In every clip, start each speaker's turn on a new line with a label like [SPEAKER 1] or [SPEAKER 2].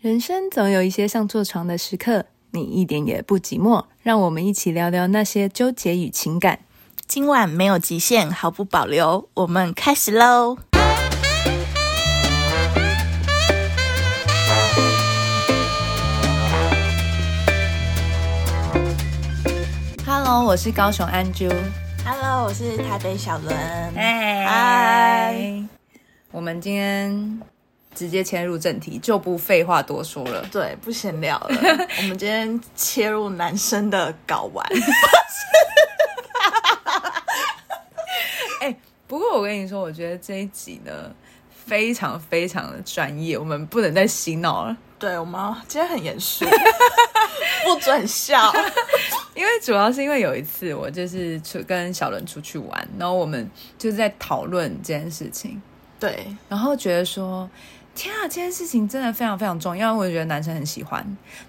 [SPEAKER 1] 人生总有一些像坐床的时刻，你一点也不寂寞。让我们一起聊聊那些纠结与情感。
[SPEAKER 2] 今晚没有极限，毫不保留，我们开始喽！
[SPEAKER 1] Hello，我是高雄安啾。
[SPEAKER 2] Hello，我是台北小伦。
[SPEAKER 1] 嗨，我们今天直接切入正题，就不废话多说了。
[SPEAKER 2] 对，不闲聊 了，我们今天切入男生的睾 丸。
[SPEAKER 1] 哎、不过我跟你说，我觉得这一集呢，非常非常的专业，我们不能再洗脑了，
[SPEAKER 2] 对，我们要今天很严 肃，不准 笑。
[SPEAKER 1] 因为主要是因为有一次我就是出跟小伦出去玩，然后我们就是在讨论这件事情，
[SPEAKER 2] 对，
[SPEAKER 1] 然后觉得说，天啊，这件事情真的非常非常重要，因为我觉得男生很喜欢，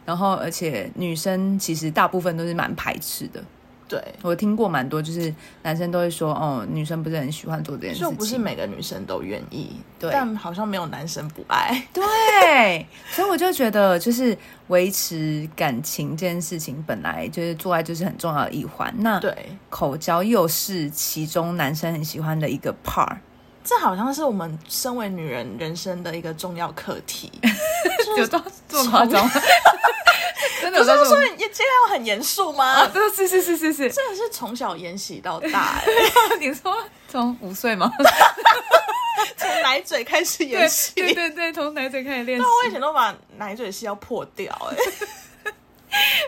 [SPEAKER 1] 然后而且女生其实大部分都是蛮排斥的。
[SPEAKER 2] 对，
[SPEAKER 1] 我听过蛮多，就是男生都会说，哦，女生不是很喜欢做这件事
[SPEAKER 2] 就
[SPEAKER 1] 情，
[SPEAKER 2] 不是每个女生都愿意，
[SPEAKER 1] 对
[SPEAKER 2] 但好像没有男生不 爱。
[SPEAKER 1] 对，所以我就觉得，就是维持感情这件事情，本来就是做爱就是很重要的一环。那
[SPEAKER 2] 对，
[SPEAKER 1] 口交又是其中男生很喜欢的一个 part，
[SPEAKER 2] 这好像是我们身为女人人生的一个重要课 题。
[SPEAKER 1] 有到这么夸张吗？ 真的有
[SPEAKER 2] 不
[SPEAKER 1] 到
[SPEAKER 2] 是
[SPEAKER 1] 这
[SPEAKER 2] 说
[SPEAKER 1] 么？
[SPEAKER 2] 你今天要很严肃吗？
[SPEAKER 1] 啊，对，是是是是是，
[SPEAKER 2] 真的是从小研习到大、欸，
[SPEAKER 1] 你说从五岁吗？
[SPEAKER 2] 从奶嘴开始
[SPEAKER 1] 对
[SPEAKER 2] 研习。
[SPEAKER 1] 对对对，从奶嘴开始练习。
[SPEAKER 2] 那我以前都把奶嘴吸要破掉、哎，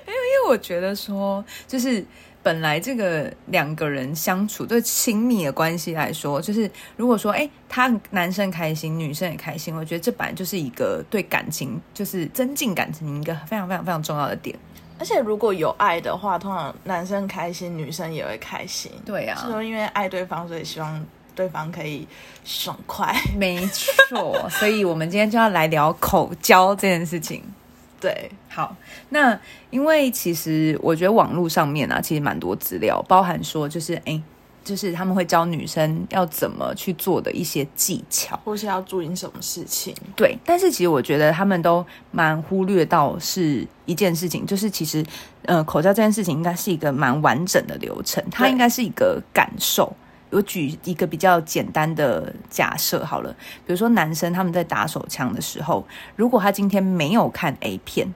[SPEAKER 1] 因为我觉得说，就是本来这个两个人相处对亲密的关系来说，就是如果说，哎、他男生开心，女生也开心，我觉得这本来就是一个对感情，就是增进感情一个非常非常非常重要的点。
[SPEAKER 2] 而且如果有爱的话，通常男生开心，女生也会开心。啊
[SPEAKER 1] 对啊
[SPEAKER 2] 是说因为爱对方，所以希望对方可以爽快。
[SPEAKER 1] 没错。所以我们今天就要来聊口交这件事情。
[SPEAKER 2] 对，
[SPEAKER 1] 好，那因为其实我觉得网络上面啊，其实蛮多资料，包含说就是哎、就是他们会教女生要怎么去做的一些技巧。
[SPEAKER 2] 或是要注意什么事情？
[SPEAKER 1] 对，但是其实我觉得他们都蛮忽略到是一件事情，就是其实，呃，口罩这件事情应该是一个蛮完整的流程，它
[SPEAKER 2] 对
[SPEAKER 1] 应该是一个感受。我举一个比较简单的假设好了，比如说男生他们在打手枪的时候，如果他今天没有看 A 片，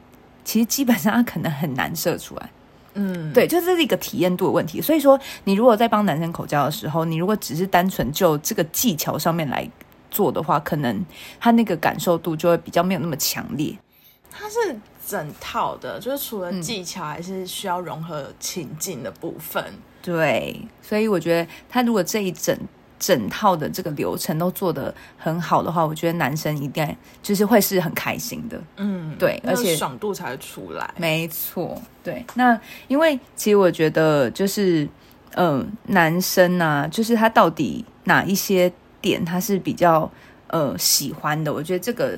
[SPEAKER 1] 其实基本上他可能很难射出来。
[SPEAKER 2] 嗯，
[SPEAKER 1] 对，就这是一个体验度的问题。所以说，你如果在帮男生口交的时候，你如果只是单纯就这个技巧上面来做的话，可能他那个感受度就会比较没有那么强烈。
[SPEAKER 2] 它是整套的，就是除了技巧，还是需要融合情境的部分。
[SPEAKER 1] 对，所以我觉得他如果这一整整套的这个流程都做得很好的话，我觉得男生一定就是会是很开心的。
[SPEAKER 2] 嗯，
[SPEAKER 1] 对
[SPEAKER 2] 那个
[SPEAKER 1] 而且
[SPEAKER 2] 爽度才会出来。
[SPEAKER 1] 没错，对。那因为其实我觉得就是，嗯、男生啊，就是他到底哪一些点他是比较呃喜欢的，我觉得这个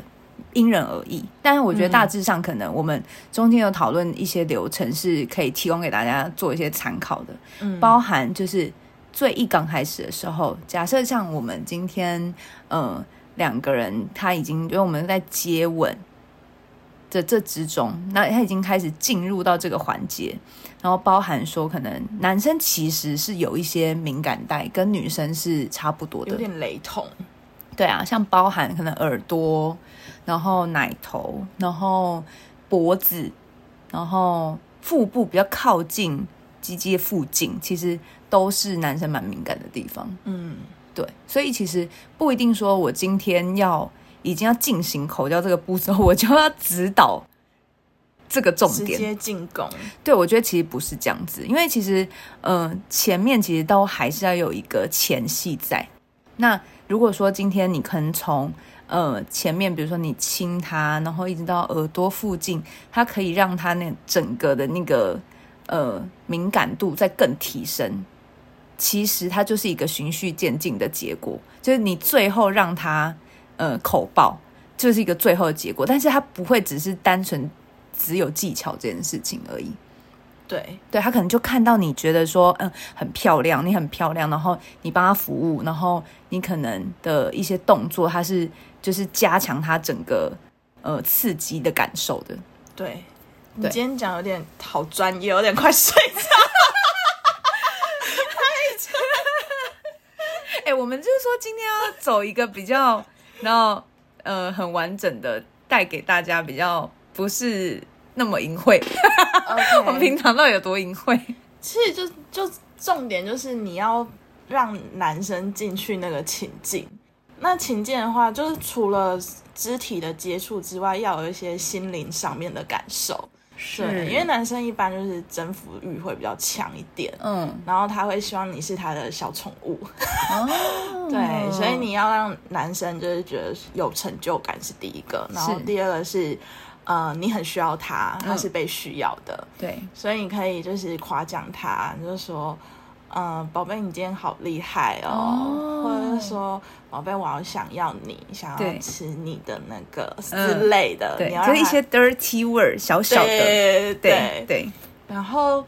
[SPEAKER 1] 因人而异。但是我
[SPEAKER 2] 嗯
[SPEAKER 1] 觉得大致上可能我们中间有讨论一些流程是可以提供给大家做一些参考的，
[SPEAKER 2] 嗯，
[SPEAKER 1] 包含就是最一刚开始的时候，假设像我们今天，呃，两个人他已经，因为我们在接吻的这之中，那他已经开始进入到这个环节，然后包含说，可能男生其实是有一些敏感带，跟女生是差不多
[SPEAKER 2] 有
[SPEAKER 1] 的，
[SPEAKER 2] 点雷同。
[SPEAKER 1] 对啊，像包含可能耳朵，然后奶头，然后脖子，然后腹部比较靠近鸡鸡附近，其实都是男生蛮敏感的地方。
[SPEAKER 2] 嗯，
[SPEAKER 1] 对，所以其实不一定说我今天要已经要进行口交这个步骤，我就要指导这个重
[SPEAKER 2] 直
[SPEAKER 1] 点。
[SPEAKER 2] 接进攻。
[SPEAKER 1] 对，我觉得其实不是这样子，因为其实，嗯、前面其实都还是要有一个前戏在。那如果说今天你可能从呃前面，比如说你亲他，然后一直到耳朵附近，它可以让他那整个的那个呃敏感度再更提升。其实它就是一个循序渐进的结果，就是你最后让他呃口爆，就是一个最后的结果，但是它不会只是单纯只有技巧这件事情而已。
[SPEAKER 2] 对，
[SPEAKER 1] 对他可能就看到你觉得说，嗯，很漂亮，你很漂亮，然后你帮他服务，然后你可能的一些动作，他是就是加强他整个呃刺激的感受的。
[SPEAKER 2] 对，你
[SPEAKER 1] 对
[SPEAKER 2] 今天讲有点好专业，有点快睡着。
[SPEAKER 1] 哎、我们就是说今天要走一个比较，然后呃很完整的，带给大家比较不是那么淫秽。 我们
[SPEAKER 2] OK，
[SPEAKER 1] 平常到底有多淫秽？
[SPEAKER 2] 其实就就重点就是你要让男生进去那个情境。那情境的话，就是除了肢体的接触之外，要有一些心灵上面的感受。对，因为男生一般就是征服欲会比较强一点，
[SPEAKER 1] 嗯
[SPEAKER 2] 然后他会希望你是他的小宠物。
[SPEAKER 1] 哦，
[SPEAKER 2] 对，所以你要让男生就是觉得有成就感是第一个，然后
[SPEAKER 1] 是
[SPEAKER 2] 第二个是，呃，你很需要他，他是被需要的，
[SPEAKER 1] 对
[SPEAKER 2] 所以你可以就是夸奖他，你就说，呃，宝贝，你今天好厉害哦，
[SPEAKER 1] 哦
[SPEAKER 2] 或者是说，宝贝，我好想要你，想要
[SPEAKER 1] 对
[SPEAKER 2] 吃你的那个之
[SPEAKER 1] 嗯
[SPEAKER 2] 类的，
[SPEAKER 1] 对
[SPEAKER 2] 你，要
[SPEAKER 1] 就
[SPEAKER 2] 让
[SPEAKER 1] 是一
[SPEAKER 2] 他
[SPEAKER 1] 些 dirty word 小小的，
[SPEAKER 2] 对
[SPEAKER 1] 对
[SPEAKER 2] 对，
[SPEAKER 1] 对
[SPEAKER 2] 然后。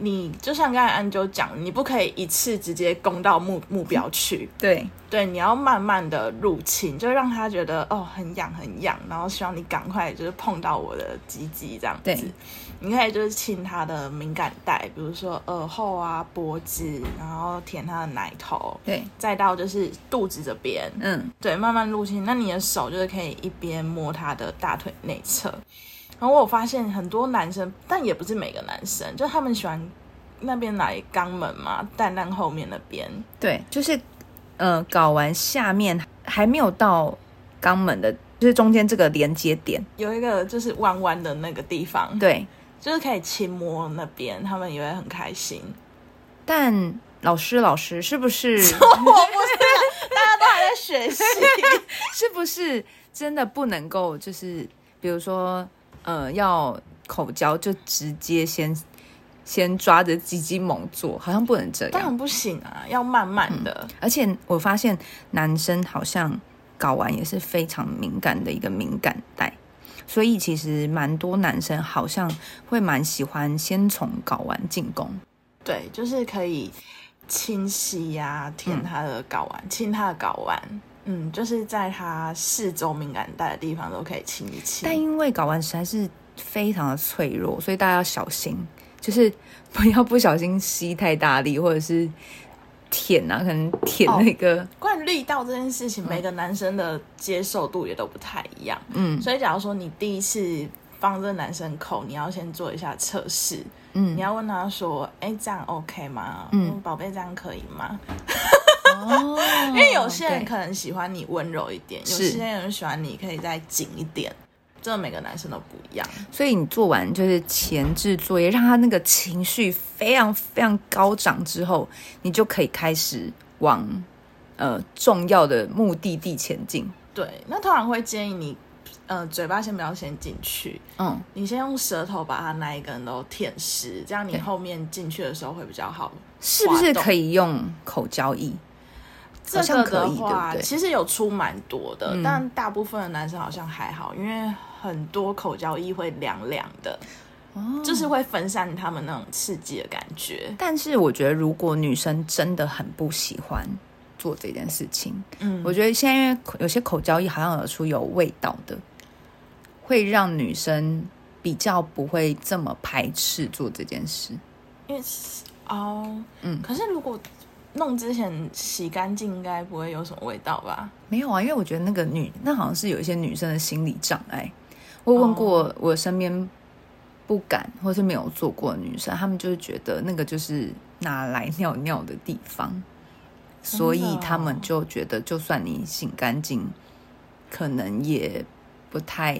[SPEAKER 2] 你就像刚才安啾讲，你不可以一次直接攻到目目标去，
[SPEAKER 1] 对
[SPEAKER 2] 对，你要慢慢的入侵，就让他觉得哦很痒很痒，然后希望你赶快就是碰到我的鸡鸡这样
[SPEAKER 1] 对
[SPEAKER 2] 子。你可以就是亲他的敏感带，比如说耳后啊、脖子，然后舔他的奶头，
[SPEAKER 1] 对，
[SPEAKER 2] 再到就是肚子这边，
[SPEAKER 1] 嗯
[SPEAKER 2] 对，慢慢入侵。那你的手就是可以一边摸他的大腿内侧。然后我发现很多男生，但也不是每个男生，就他们喜欢那边来肛门嘛，蛋蛋后面那边，
[SPEAKER 1] 对，就是呃搞完下面还没有到肛门的，就是中间这个连接点，
[SPEAKER 2] 有一个就是弯弯的那个地方，，
[SPEAKER 1] 对，
[SPEAKER 2] 就是可以轻摸那边，他们也会很开 心。
[SPEAKER 1] 但。老师，老师，是不是
[SPEAKER 2] 啊大家都还在学习，
[SPEAKER 1] 是不是真的不能够就是，比如说，呃，要口交就直接先先抓着鸡鸡猛做，好像不能这
[SPEAKER 2] 当
[SPEAKER 1] 样。
[SPEAKER 2] 然不行啊，要慢慢的。
[SPEAKER 1] 而且我发现男生好像睾丸也是非常敏感的一个敏感带，所以其实蛮多男生好像会蛮喜欢先从睾丸进攻。
[SPEAKER 2] 对，就是可以清洗呀、舔
[SPEAKER 1] 嗯
[SPEAKER 2] 他的睾丸，亲他的睾丸，嗯，就是在他四周敏感带的地方都可以亲一
[SPEAKER 1] 但
[SPEAKER 2] 亲。
[SPEAKER 1] 因为睾丸实在是非常的脆弱，所以大家要小心，就是不要不小心吸太大力，或者是舔啊，可能舔那个，
[SPEAKER 2] 关于力道这件事情，每个男生的接受度也都不太一样，
[SPEAKER 1] 嗯
[SPEAKER 2] 所以假如说你第一次帮这男生口，你要先做一下测试，你
[SPEAKER 1] 嗯，
[SPEAKER 2] 要问他说：“哎、这样 OK 吗？
[SPEAKER 1] 嗯
[SPEAKER 2] 嗯，宝贝，这样可以吗？”
[SPEAKER 1] 哦，因
[SPEAKER 2] 因为有些人可能喜欢你温柔一点，有
[SPEAKER 1] 是
[SPEAKER 2] 些人喜欢你可以再紧一点，这每个男生都不一样。
[SPEAKER 1] 所以你做完就是前置作业，让他那个情绪非常非常高涨之后，你就可以开始往呃重要的目的地前进。
[SPEAKER 2] 对，那通常会建议你，呃，嘴巴先不要先进去，
[SPEAKER 1] 嗯，
[SPEAKER 2] 你先用舌头把它那一根都舔湿，这样你
[SPEAKER 1] 对
[SPEAKER 2] 后面进去的时候会比较好。
[SPEAKER 1] 是不是
[SPEAKER 2] 滑动
[SPEAKER 1] 可以用口交易？
[SPEAKER 2] 这
[SPEAKER 1] 像
[SPEAKER 2] 个
[SPEAKER 1] 可
[SPEAKER 2] 的
[SPEAKER 1] 以
[SPEAKER 2] 话，
[SPEAKER 1] 对不对
[SPEAKER 2] 其实有出蛮多的，
[SPEAKER 1] 嗯
[SPEAKER 2] 但大部分的男生好像还好，因为很多口交衣会凉凉的，
[SPEAKER 1] 哦
[SPEAKER 2] 就是会分散他们那种刺激的感觉。
[SPEAKER 1] 但是我觉得，如果女生真的很不喜欢做这件事情，
[SPEAKER 2] 嗯，
[SPEAKER 1] 我觉得现在因为口有些口交液好像有出有味道的，会让女生比较不会这么排斥做这件事。
[SPEAKER 2] 因为是哦，
[SPEAKER 1] 嗯
[SPEAKER 2] 可是如果弄之前洗干净，应该不会有什么味道吧？
[SPEAKER 1] 没有啊，因为我觉得那个女那好像是有一些女生的心理障碍。我
[SPEAKER 2] 哦
[SPEAKER 1] 有问过我身边不敢或是没有做过的女生，她们就是觉得那个就是拿来尿尿的地方，所以
[SPEAKER 2] 真的哦
[SPEAKER 1] 她们就觉得就算你洗干净，可能也不太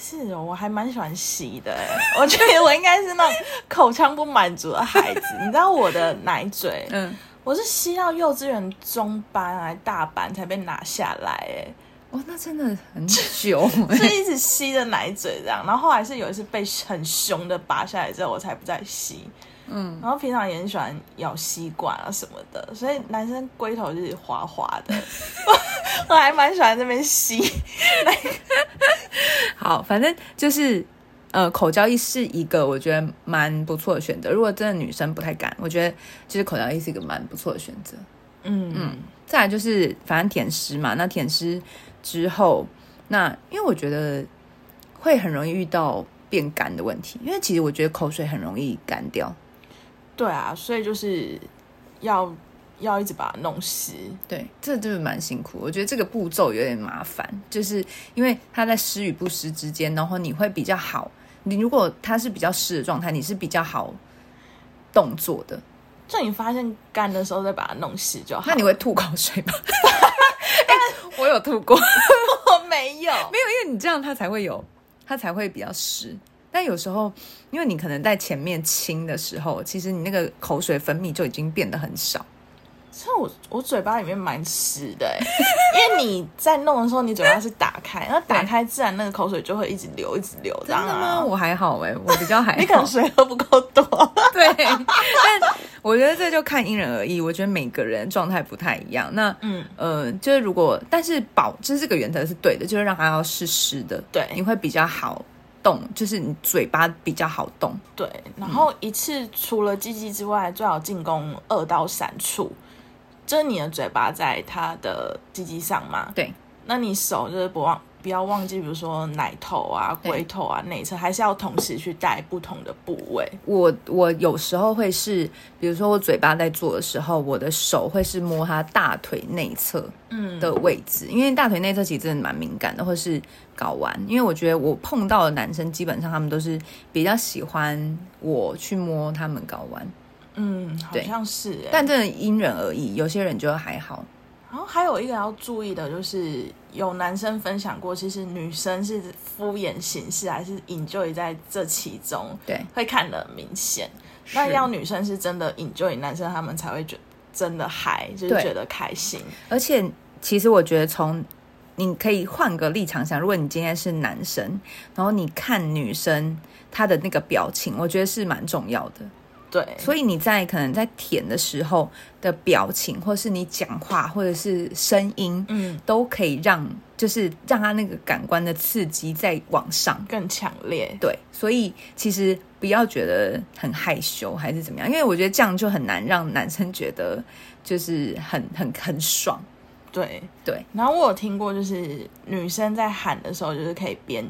[SPEAKER 2] 是哦，我还蛮喜欢洗的哎， 我觉得我应该是那种口腔不满足的孩 子。你知道我的奶嘴，
[SPEAKER 1] 嗯
[SPEAKER 2] 我是吸到幼稚园中班还是大班才被拿下来哎，
[SPEAKER 1] 哦，那真的很久
[SPEAKER 2] 就一直吸着奶嘴这样。然后后来是有一次被很凶的拔下来之后，我才不再吸。
[SPEAKER 1] 嗯，
[SPEAKER 2] 然后平常也很喜欢咬吸管啊什么的，所以男生龟头就是滑滑的，我还蛮喜欢这边吸。
[SPEAKER 1] 好，反正就是呃，口交易是一个我觉得蛮不错的选择。如果真的女生不太敢，我觉得就是口交易是一个蛮不错的选择。
[SPEAKER 2] 嗯嗯，
[SPEAKER 1] 再来就是反正舔湿嘛，那舔湿之后，那因为我觉得会很容易遇到变干的问题，因为其实我觉得口水很容易干掉。
[SPEAKER 2] 对啊，所以就是要要一直把它弄湿。
[SPEAKER 1] 对，这就是蛮辛苦。我觉得这个步骤有点麻烦，就是因为它在湿与不湿之间，然后你会比较好。你如果它是比较湿的状态，你是比较好动作的，
[SPEAKER 2] 就你发现干的时候再把它弄湿就好。
[SPEAKER 1] 那你会吐口水吗？ 哎我有吐过，
[SPEAKER 2] 我没有，
[SPEAKER 1] 没有，因为你这样它才会有，它才会比较湿。但有时候，因为你可能在前面清的时候，其实你那个口水分泌就已经变得很少。
[SPEAKER 2] 像我我嘴巴里面蛮湿的、欸， 因为你在弄的时候，你嘴巴是打开，然后打开自然那个口水就会一直流，一直流，这
[SPEAKER 1] 真
[SPEAKER 2] 样
[SPEAKER 1] 的吗？
[SPEAKER 2] 啊。
[SPEAKER 1] 我还好 哎、我比较还好。
[SPEAKER 2] 你可能水喝不够 多，
[SPEAKER 1] 对，但我觉得这就看因人而异。我觉得每个人状态不太一样。那
[SPEAKER 2] 嗯，
[SPEAKER 1] 呃，就是如果但是保，就是这个原则是对的，就是让它要是湿的，
[SPEAKER 2] 对
[SPEAKER 1] 你会比较好动，就是你嘴巴比较好动。
[SPEAKER 2] 对。然后一次除了鸡鸡之外，最好进攻二到三处，就是你的嘴巴在它的鸡鸡上嘛，
[SPEAKER 1] 对，
[SPEAKER 2] 那你手就是不忘不要忘记，比如说奶头啊、
[SPEAKER 1] 对
[SPEAKER 2] 龟头啊、内侧，还是要同时去带不同的部位。
[SPEAKER 1] 我我有时候会是，比如说我嘴巴在做的时候，我的手会是摸它大腿内侧
[SPEAKER 2] 嗯
[SPEAKER 1] 的位置，因为大腿内侧其实真的蛮敏感的，或是睾丸。因为我觉得我碰到的男生基本上他们都是比较喜欢我去摸他们睾丸，
[SPEAKER 2] 嗯，好
[SPEAKER 1] 对
[SPEAKER 2] 像是、欸。
[SPEAKER 1] 但真的因人而异，有些人就还好。
[SPEAKER 2] 然后还有一个要注意的，就是有男生分享过，其实女生是敷衍形式，还是 enjoy 在这其中，
[SPEAKER 1] 对，
[SPEAKER 2] 会看得很明显。那
[SPEAKER 1] 是
[SPEAKER 2] 要女生是真的 enjoy 男生，他们才会觉真的嗨，就是
[SPEAKER 1] 对
[SPEAKER 2] 觉得开心。
[SPEAKER 1] 而且其实我觉得从你可以换个立场想，如果你今天是男生，然后你看女生她的那个表情，我觉得是蛮重要的。
[SPEAKER 2] 对，
[SPEAKER 1] 所以你在可能在舔的时候的表情，或是你讲话，或者是声音，
[SPEAKER 2] 嗯，
[SPEAKER 1] 都可以让就是让他那个感官的刺激再往上。
[SPEAKER 2] 更强烈。
[SPEAKER 1] 对，所以其实不要觉得很害羞还是怎么样，因为我觉得这样就很难让男生觉得就是很很很爽。
[SPEAKER 2] 对
[SPEAKER 1] 对。
[SPEAKER 2] 然后我有听过，就是女生在喊的时候，就是可以边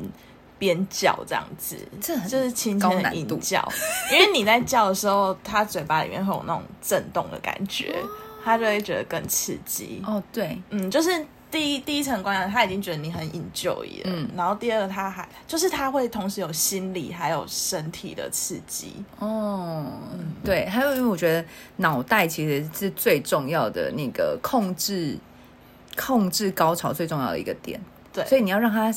[SPEAKER 2] 边叫这样子，
[SPEAKER 1] 这很
[SPEAKER 2] 就是轻
[SPEAKER 1] 高
[SPEAKER 2] 轻的
[SPEAKER 1] 难度
[SPEAKER 2] 吟叫， 因为你在叫的时候，她嘴巴里面会有那种震动的感觉，她就会觉得更刺激。
[SPEAKER 1] 哦，对，
[SPEAKER 2] 嗯，就是第一第一层关卡，她已经觉得你很 enjoy 了，
[SPEAKER 1] 嗯
[SPEAKER 2] 然后第二个她还就是她会同时有心理还有身体的刺激，
[SPEAKER 1] 哦，对，还有因为我觉得脑袋其实是最重要的那个控制控制高潮最重要的一个点，
[SPEAKER 2] 对
[SPEAKER 1] 所以你要让他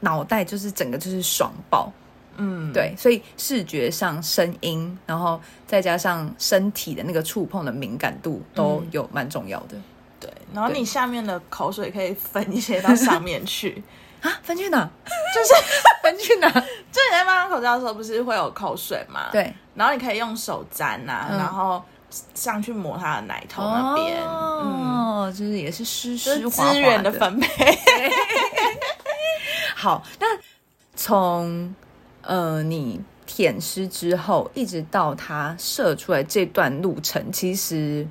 [SPEAKER 1] 脑袋就是整个就是爽爆，
[SPEAKER 2] 嗯，
[SPEAKER 1] 对，所以视觉上、声音，然后再加上身体的那个触碰的敏感度都
[SPEAKER 2] 嗯
[SPEAKER 1] 有蛮重要的、
[SPEAKER 2] 对，然后
[SPEAKER 1] 对
[SPEAKER 2] 你下面的口水可以分一些到上面去。
[SPEAKER 1] 啊。分去 哪？
[SPEAKER 2] 就是
[SPEAKER 1] 分去 哪？
[SPEAKER 2] 就你在帮他口罩的时候，不是会有口水吗？
[SPEAKER 1] 对，
[SPEAKER 2] 然后你可以用手沾呐、
[SPEAKER 1] 嗯
[SPEAKER 2] 然后上去抹他的奶头那边，嗯，
[SPEAKER 1] 哦，就是也是湿
[SPEAKER 2] 就是
[SPEAKER 1] 湿滑滑
[SPEAKER 2] 资源的分配。
[SPEAKER 1] 好，那从呃你舔湿之后，一直到它射出来这段路程，其实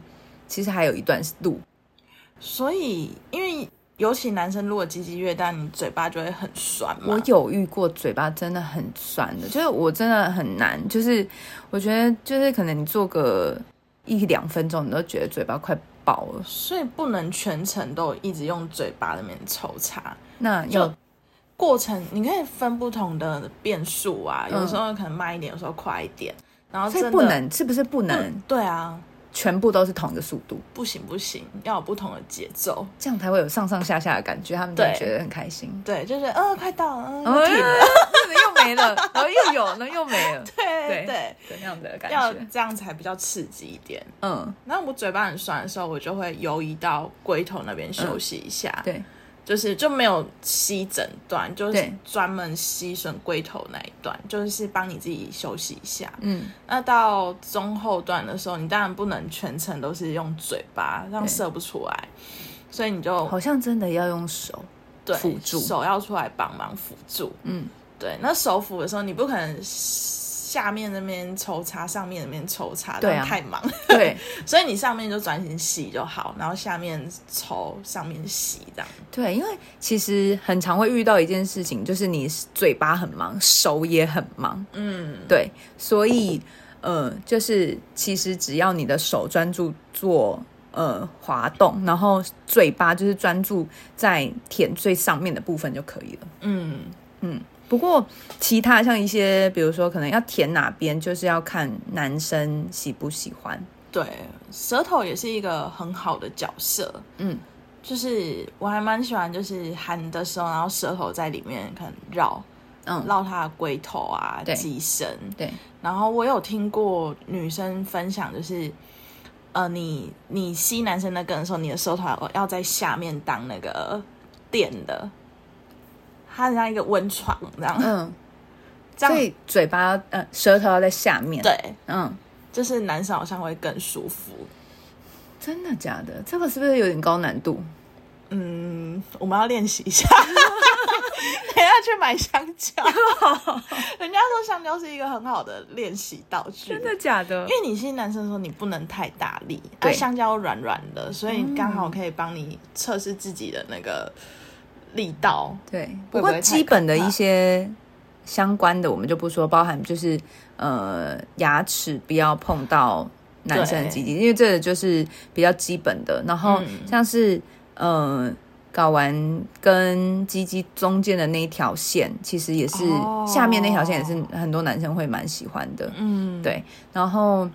[SPEAKER 1] 其实还有一段路。
[SPEAKER 2] 所以，因为尤其男生如果鸡鸡越大，你嘴巴就会很酸嘛。
[SPEAKER 1] 我有遇过嘴巴真的很酸的，就是我真的很难，就是我觉得就是可能你做个一两分钟，你都觉得嘴巴快爆了。
[SPEAKER 2] 所以不能全程都一直用嘴巴那边抽插。
[SPEAKER 1] 那要
[SPEAKER 2] 就过程你可以分不同的变数啊，
[SPEAKER 1] 嗯
[SPEAKER 2] 有时候可能慢一点，有时候快一点，然后
[SPEAKER 1] 所
[SPEAKER 2] 真
[SPEAKER 1] 以
[SPEAKER 2] 的
[SPEAKER 1] 不能是不是不能
[SPEAKER 2] 对啊，
[SPEAKER 1] 全部都是同一个速度，
[SPEAKER 2] 不行不行，要有不同的节奏。
[SPEAKER 1] 这样才会有上上下下的感觉，他们就
[SPEAKER 2] 对
[SPEAKER 1] 觉得很开心。
[SPEAKER 2] 对，就是嗯、呃快到了，嗯、
[SPEAKER 1] 哦，
[SPEAKER 2] 要停 了，
[SPEAKER 1] 又没了，然后又有，然后又没了，
[SPEAKER 2] 对
[SPEAKER 1] 对
[SPEAKER 2] 对，
[SPEAKER 1] 怎样的感
[SPEAKER 2] 要
[SPEAKER 1] 觉？
[SPEAKER 2] 这样才比较刺激一点。
[SPEAKER 1] 嗯，
[SPEAKER 2] 那我嘴巴很酸的时候，我就会游移到龟头那边休息一下，
[SPEAKER 1] 嗯对，
[SPEAKER 2] 就是就没有吸整段，就是
[SPEAKER 1] 对
[SPEAKER 2] 专门吸吮龟头那一段，就是帮你自己休息一下。
[SPEAKER 1] 嗯，
[SPEAKER 2] 那到中后段的时候，你当然不能全程都是用嘴巴，这样
[SPEAKER 1] 对
[SPEAKER 2] 射不出来，所以你就
[SPEAKER 1] 好像真的要用 手，
[SPEAKER 2] 对
[SPEAKER 1] 辅助
[SPEAKER 2] 手要出来帮忙辅助，
[SPEAKER 1] 嗯，
[SPEAKER 2] 对，那手抚的时候，你不可能下面那边抽插，上面那边抽插，
[SPEAKER 1] 对啊
[SPEAKER 2] 但太忙，
[SPEAKER 1] 对
[SPEAKER 2] 所以你上面就专心洗就好，然后下面抽，上面洗这样。
[SPEAKER 1] 对，因为其实很常会遇到一件事情，就是你嘴巴很忙，手也很忙，
[SPEAKER 2] 嗯，
[SPEAKER 1] 对，所以呃，就是其实只要你的手专注做呃滑动，然后嘴巴就是专注在舔最上面的部分就可以了。
[SPEAKER 2] 嗯，
[SPEAKER 1] 不过其他像一些，比如说可能要舔哪边，就是要看男生喜不喜欢。
[SPEAKER 2] 对，舌头也是一个很好的角色。
[SPEAKER 1] 嗯，
[SPEAKER 2] 就是我还蛮喜欢，就是喊的时候，然后舌头在里面可能绕
[SPEAKER 1] 嗯，
[SPEAKER 2] 绕它的龟头啊、
[SPEAKER 1] 对
[SPEAKER 2] 机身。
[SPEAKER 1] 对，
[SPEAKER 2] 然后我有听过女生分享，就是呃，你你吸男生的根的时候，你的舌头要在下面当那个垫的，它很像一个温床这样，
[SPEAKER 1] 嗯，
[SPEAKER 2] 这
[SPEAKER 1] 所
[SPEAKER 2] 样
[SPEAKER 1] 以嘴巴呃舌头要在下面。，
[SPEAKER 2] 对，
[SPEAKER 1] 嗯，
[SPEAKER 2] 就是男生好像会更舒服。
[SPEAKER 1] 真的假的？这个是不是有点高难度？
[SPEAKER 2] 嗯，我们要练习 一下。等一下去买香蕉，人家说香蕉是一个很好的练习道具，
[SPEAKER 1] 真的假的
[SPEAKER 2] 因？为你是男生说你不能太大力，
[SPEAKER 1] 对嗯
[SPEAKER 2] 而香蕉软软的，所以刚好可以帮你测试自己的那个力道。
[SPEAKER 1] 对，不
[SPEAKER 2] 会不
[SPEAKER 1] 过
[SPEAKER 2] 会太
[SPEAKER 1] 基本的
[SPEAKER 2] 可怕
[SPEAKER 1] 一些相关的我们就不说，包含就是呃牙齿不要碰到男生的
[SPEAKER 2] 对
[SPEAKER 1] 鸡鸡，因为这个就是比较基本的。然后
[SPEAKER 2] 嗯
[SPEAKER 1] 像是、呃睾丸跟鸡鸡中间的那一条线，其实也是、
[SPEAKER 2] 哦
[SPEAKER 1] 下面那条线也是很多男生会蛮喜欢的。
[SPEAKER 2] 嗯，
[SPEAKER 1] 对然后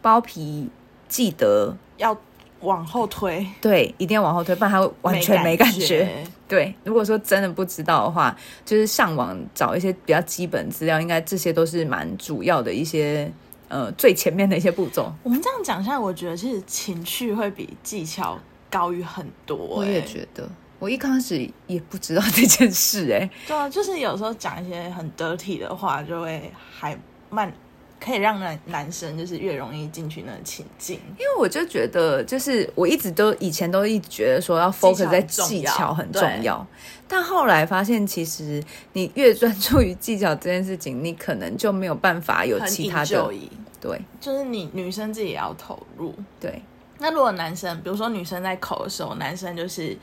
[SPEAKER 1] 包皮记得
[SPEAKER 2] 要往后推，
[SPEAKER 1] 对，一定要往后推，不然它会完全没感觉。
[SPEAKER 2] 觉。
[SPEAKER 1] 对，如果说真的不知道的话，就是上网找一些比较基本资料，应该这些都是蛮主要的一些呃最前面的一些步骤。
[SPEAKER 2] 我们这样讲下来，我觉得其实情绪会比技巧高于很多、欸
[SPEAKER 1] 我也
[SPEAKER 2] 得，
[SPEAKER 1] 觉得，我一开始也不知道这件事、哎，
[SPEAKER 2] 对啊，就是有时候讲一些很 dirty 的话，就会还慢，可以让男男生就是越容易进去那个情境。
[SPEAKER 1] 因为我就觉得，就是我一直都以前都一直觉得说要 focus 在技巧很重
[SPEAKER 2] 对
[SPEAKER 1] 要，但后来发现，其实你越专注于技巧这件事情，你可能就没有办法有
[SPEAKER 2] 很
[SPEAKER 1] 其他
[SPEAKER 2] enjoy
[SPEAKER 1] 的，对
[SPEAKER 2] 就是你女生自己也要投入。
[SPEAKER 1] 对，
[SPEAKER 2] 那如果男生，比如说女生在口的时候，男生就是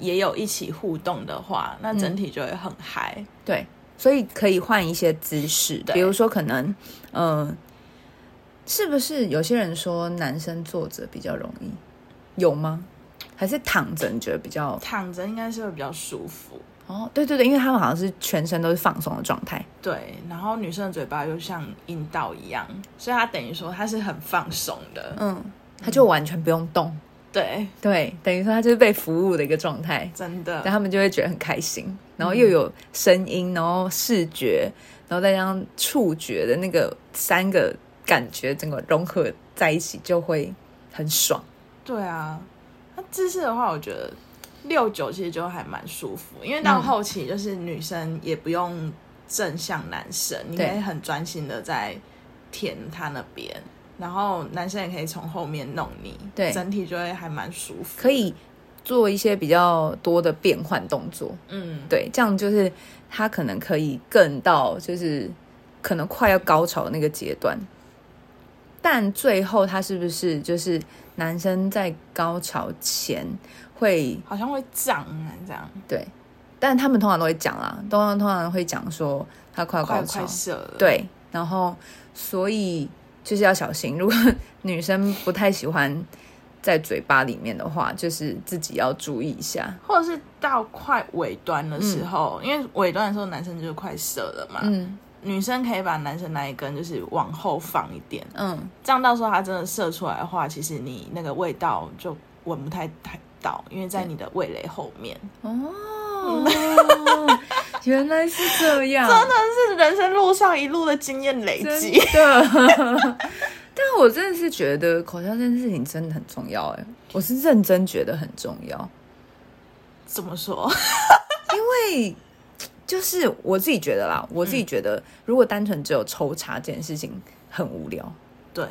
[SPEAKER 2] 也有一起互动的话，那整体就会很嗨、
[SPEAKER 1] 对，所以可以换一些姿势，
[SPEAKER 2] 对
[SPEAKER 1] 比如说可能，嗯、是不是有些人说男生坐着比较容易，有吗？还是躺着你觉得比较？
[SPEAKER 2] 躺着应该是会比较舒服。
[SPEAKER 1] 哦，对对对，因为他们好像是全身都是放松的状态。
[SPEAKER 2] 对，然后女生的嘴巴又像阴道一样，所以她等于说她是很放松的。
[SPEAKER 1] 嗯，他就完全不用动，
[SPEAKER 2] 对，
[SPEAKER 1] 对，等于说他就是被服务的一个状态，
[SPEAKER 2] 真
[SPEAKER 1] 但
[SPEAKER 2] 的，
[SPEAKER 1] 他们就会觉得很开心，然后又有声音，然后视觉，然后再加上触觉的那个三个感觉，整个融合在一起就会很爽。
[SPEAKER 2] 对啊。那姿势的话，我觉得六九其实就还蛮舒服，因为到
[SPEAKER 1] 嗯
[SPEAKER 2] 后期就是女生也不用正向男生，你可
[SPEAKER 1] 对
[SPEAKER 2] 以很专心的在舔他那边，然后男生也可以从后面弄你，
[SPEAKER 1] 对
[SPEAKER 2] 整体就会还蛮舒服。
[SPEAKER 1] 可，以做一些比较多的变换动作，
[SPEAKER 2] 嗯，
[SPEAKER 1] 对，这样就是他可能可以更到就是可能快要高潮的那个阶段，但最后他是不是就是男生在高潮前会
[SPEAKER 2] 好像会胀啊，这样
[SPEAKER 1] 对，但他们通常都会讲啦，通常通常会讲说他快要
[SPEAKER 2] 快
[SPEAKER 1] 高潮
[SPEAKER 2] 快，射了。，
[SPEAKER 1] 对，然后所以就是要小心，如果女生不太喜欢在嘴巴里面的话，就是自己要注意一下。
[SPEAKER 2] 或者是到快尾端的时候，因为尾端的时候男生就是快射了嘛，
[SPEAKER 1] 嗯
[SPEAKER 2] 女生可以把男生那一根就是往后放一点，
[SPEAKER 1] 嗯，
[SPEAKER 2] 这样到时候他真的射出来的话，其实你那个味道就闻不太太到，因为在你的味蕾后面。
[SPEAKER 1] 哦， 原来是这样，真的
[SPEAKER 2] 这是人生路上一路的经验累积。
[SPEAKER 1] 的。 但我真的是觉得口腔这件事情真的很重要，哎，我是认真觉得很重要，
[SPEAKER 2] 怎么说？
[SPEAKER 1] 因为就是我自己觉得啦，我自
[SPEAKER 2] 嗯
[SPEAKER 1] 己觉得如果单纯只有抽查这件事情很无聊，
[SPEAKER 2] 对，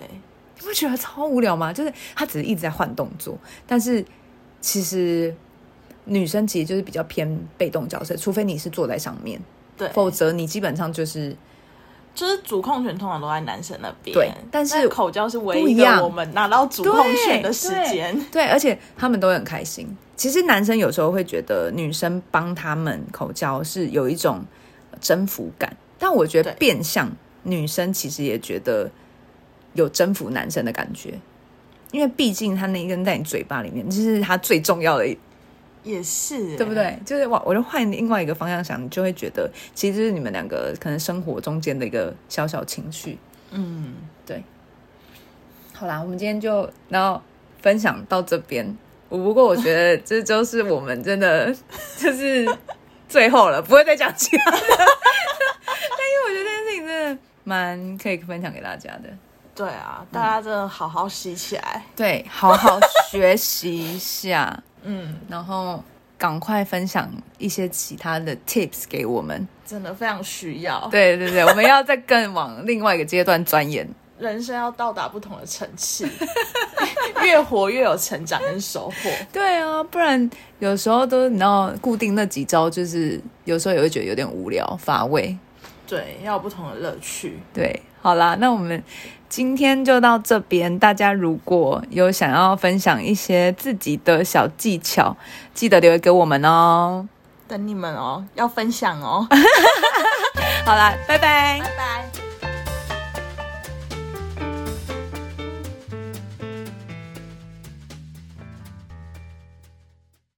[SPEAKER 1] 你不觉得超无聊吗？就是他只是一直在换动作，但是其实女生其实就是比较偏被动角色，除非你是坐在上面，
[SPEAKER 2] 对，
[SPEAKER 1] 否则你基本上就是
[SPEAKER 2] 就是主控权通常都在男生那边，
[SPEAKER 1] 对但是
[SPEAKER 2] 口交是唯
[SPEAKER 1] 不
[SPEAKER 2] 一
[SPEAKER 1] 一
[SPEAKER 2] 一个
[SPEAKER 1] 样
[SPEAKER 2] 我们拿到主控权的时间。
[SPEAKER 1] 对，而且他们都很开心。其实男生有时候会觉得女生帮他们口交是有一种征服感，但我觉得
[SPEAKER 2] 对
[SPEAKER 1] 变相女生其实也觉得有征服男生的感觉，因为毕竟他那一根在你嘴巴里面，这、是他最重要的一
[SPEAKER 2] 也是，欸
[SPEAKER 1] 对不？对？就是我，我就换另外一个方向想，你就会觉得，其实就是你们两个可能生活中间的一个小小情绪。
[SPEAKER 2] 嗯，
[SPEAKER 1] 好啦，我们今天就然后分享到这边。我不过我觉得这就是我们真 的就是最后了，不会再讲其他的。但因为我觉得这件事情真的蛮可以分享给大家的。
[SPEAKER 2] 对啊，大家真的好好洗起来。
[SPEAKER 1] 对，好好学习一下，
[SPEAKER 2] 嗯，
[SPEAKER 1] 然后赶快分享一些其他的 tips 给我们。
[SPEAKER 2] 真的非常需要。，
[SPEAKER 1] 对对对，我们要再更往另外一个阶段钻研。
[SPEAKER 2] 人生要到达不同的层次， 越活越有成长跟收获。
[SPEAKER 1] 对啊，不然有时候都你知道固定那几招，就是有时候也会觉得有点无聊乏味。
[SPEAKER 2] 对，要有不同的乐趣。
[SPEAKER 1] 对，好啦，那我们今天就到这边。大家如果有想要分享一些自己的小技巧，记得留言给我们哦。
[SPEAKER 2] 等你们哦，要分享哦，
[SPEAKER 1] 好啦，拜拜
[SPEAKER 2] 拜。拜。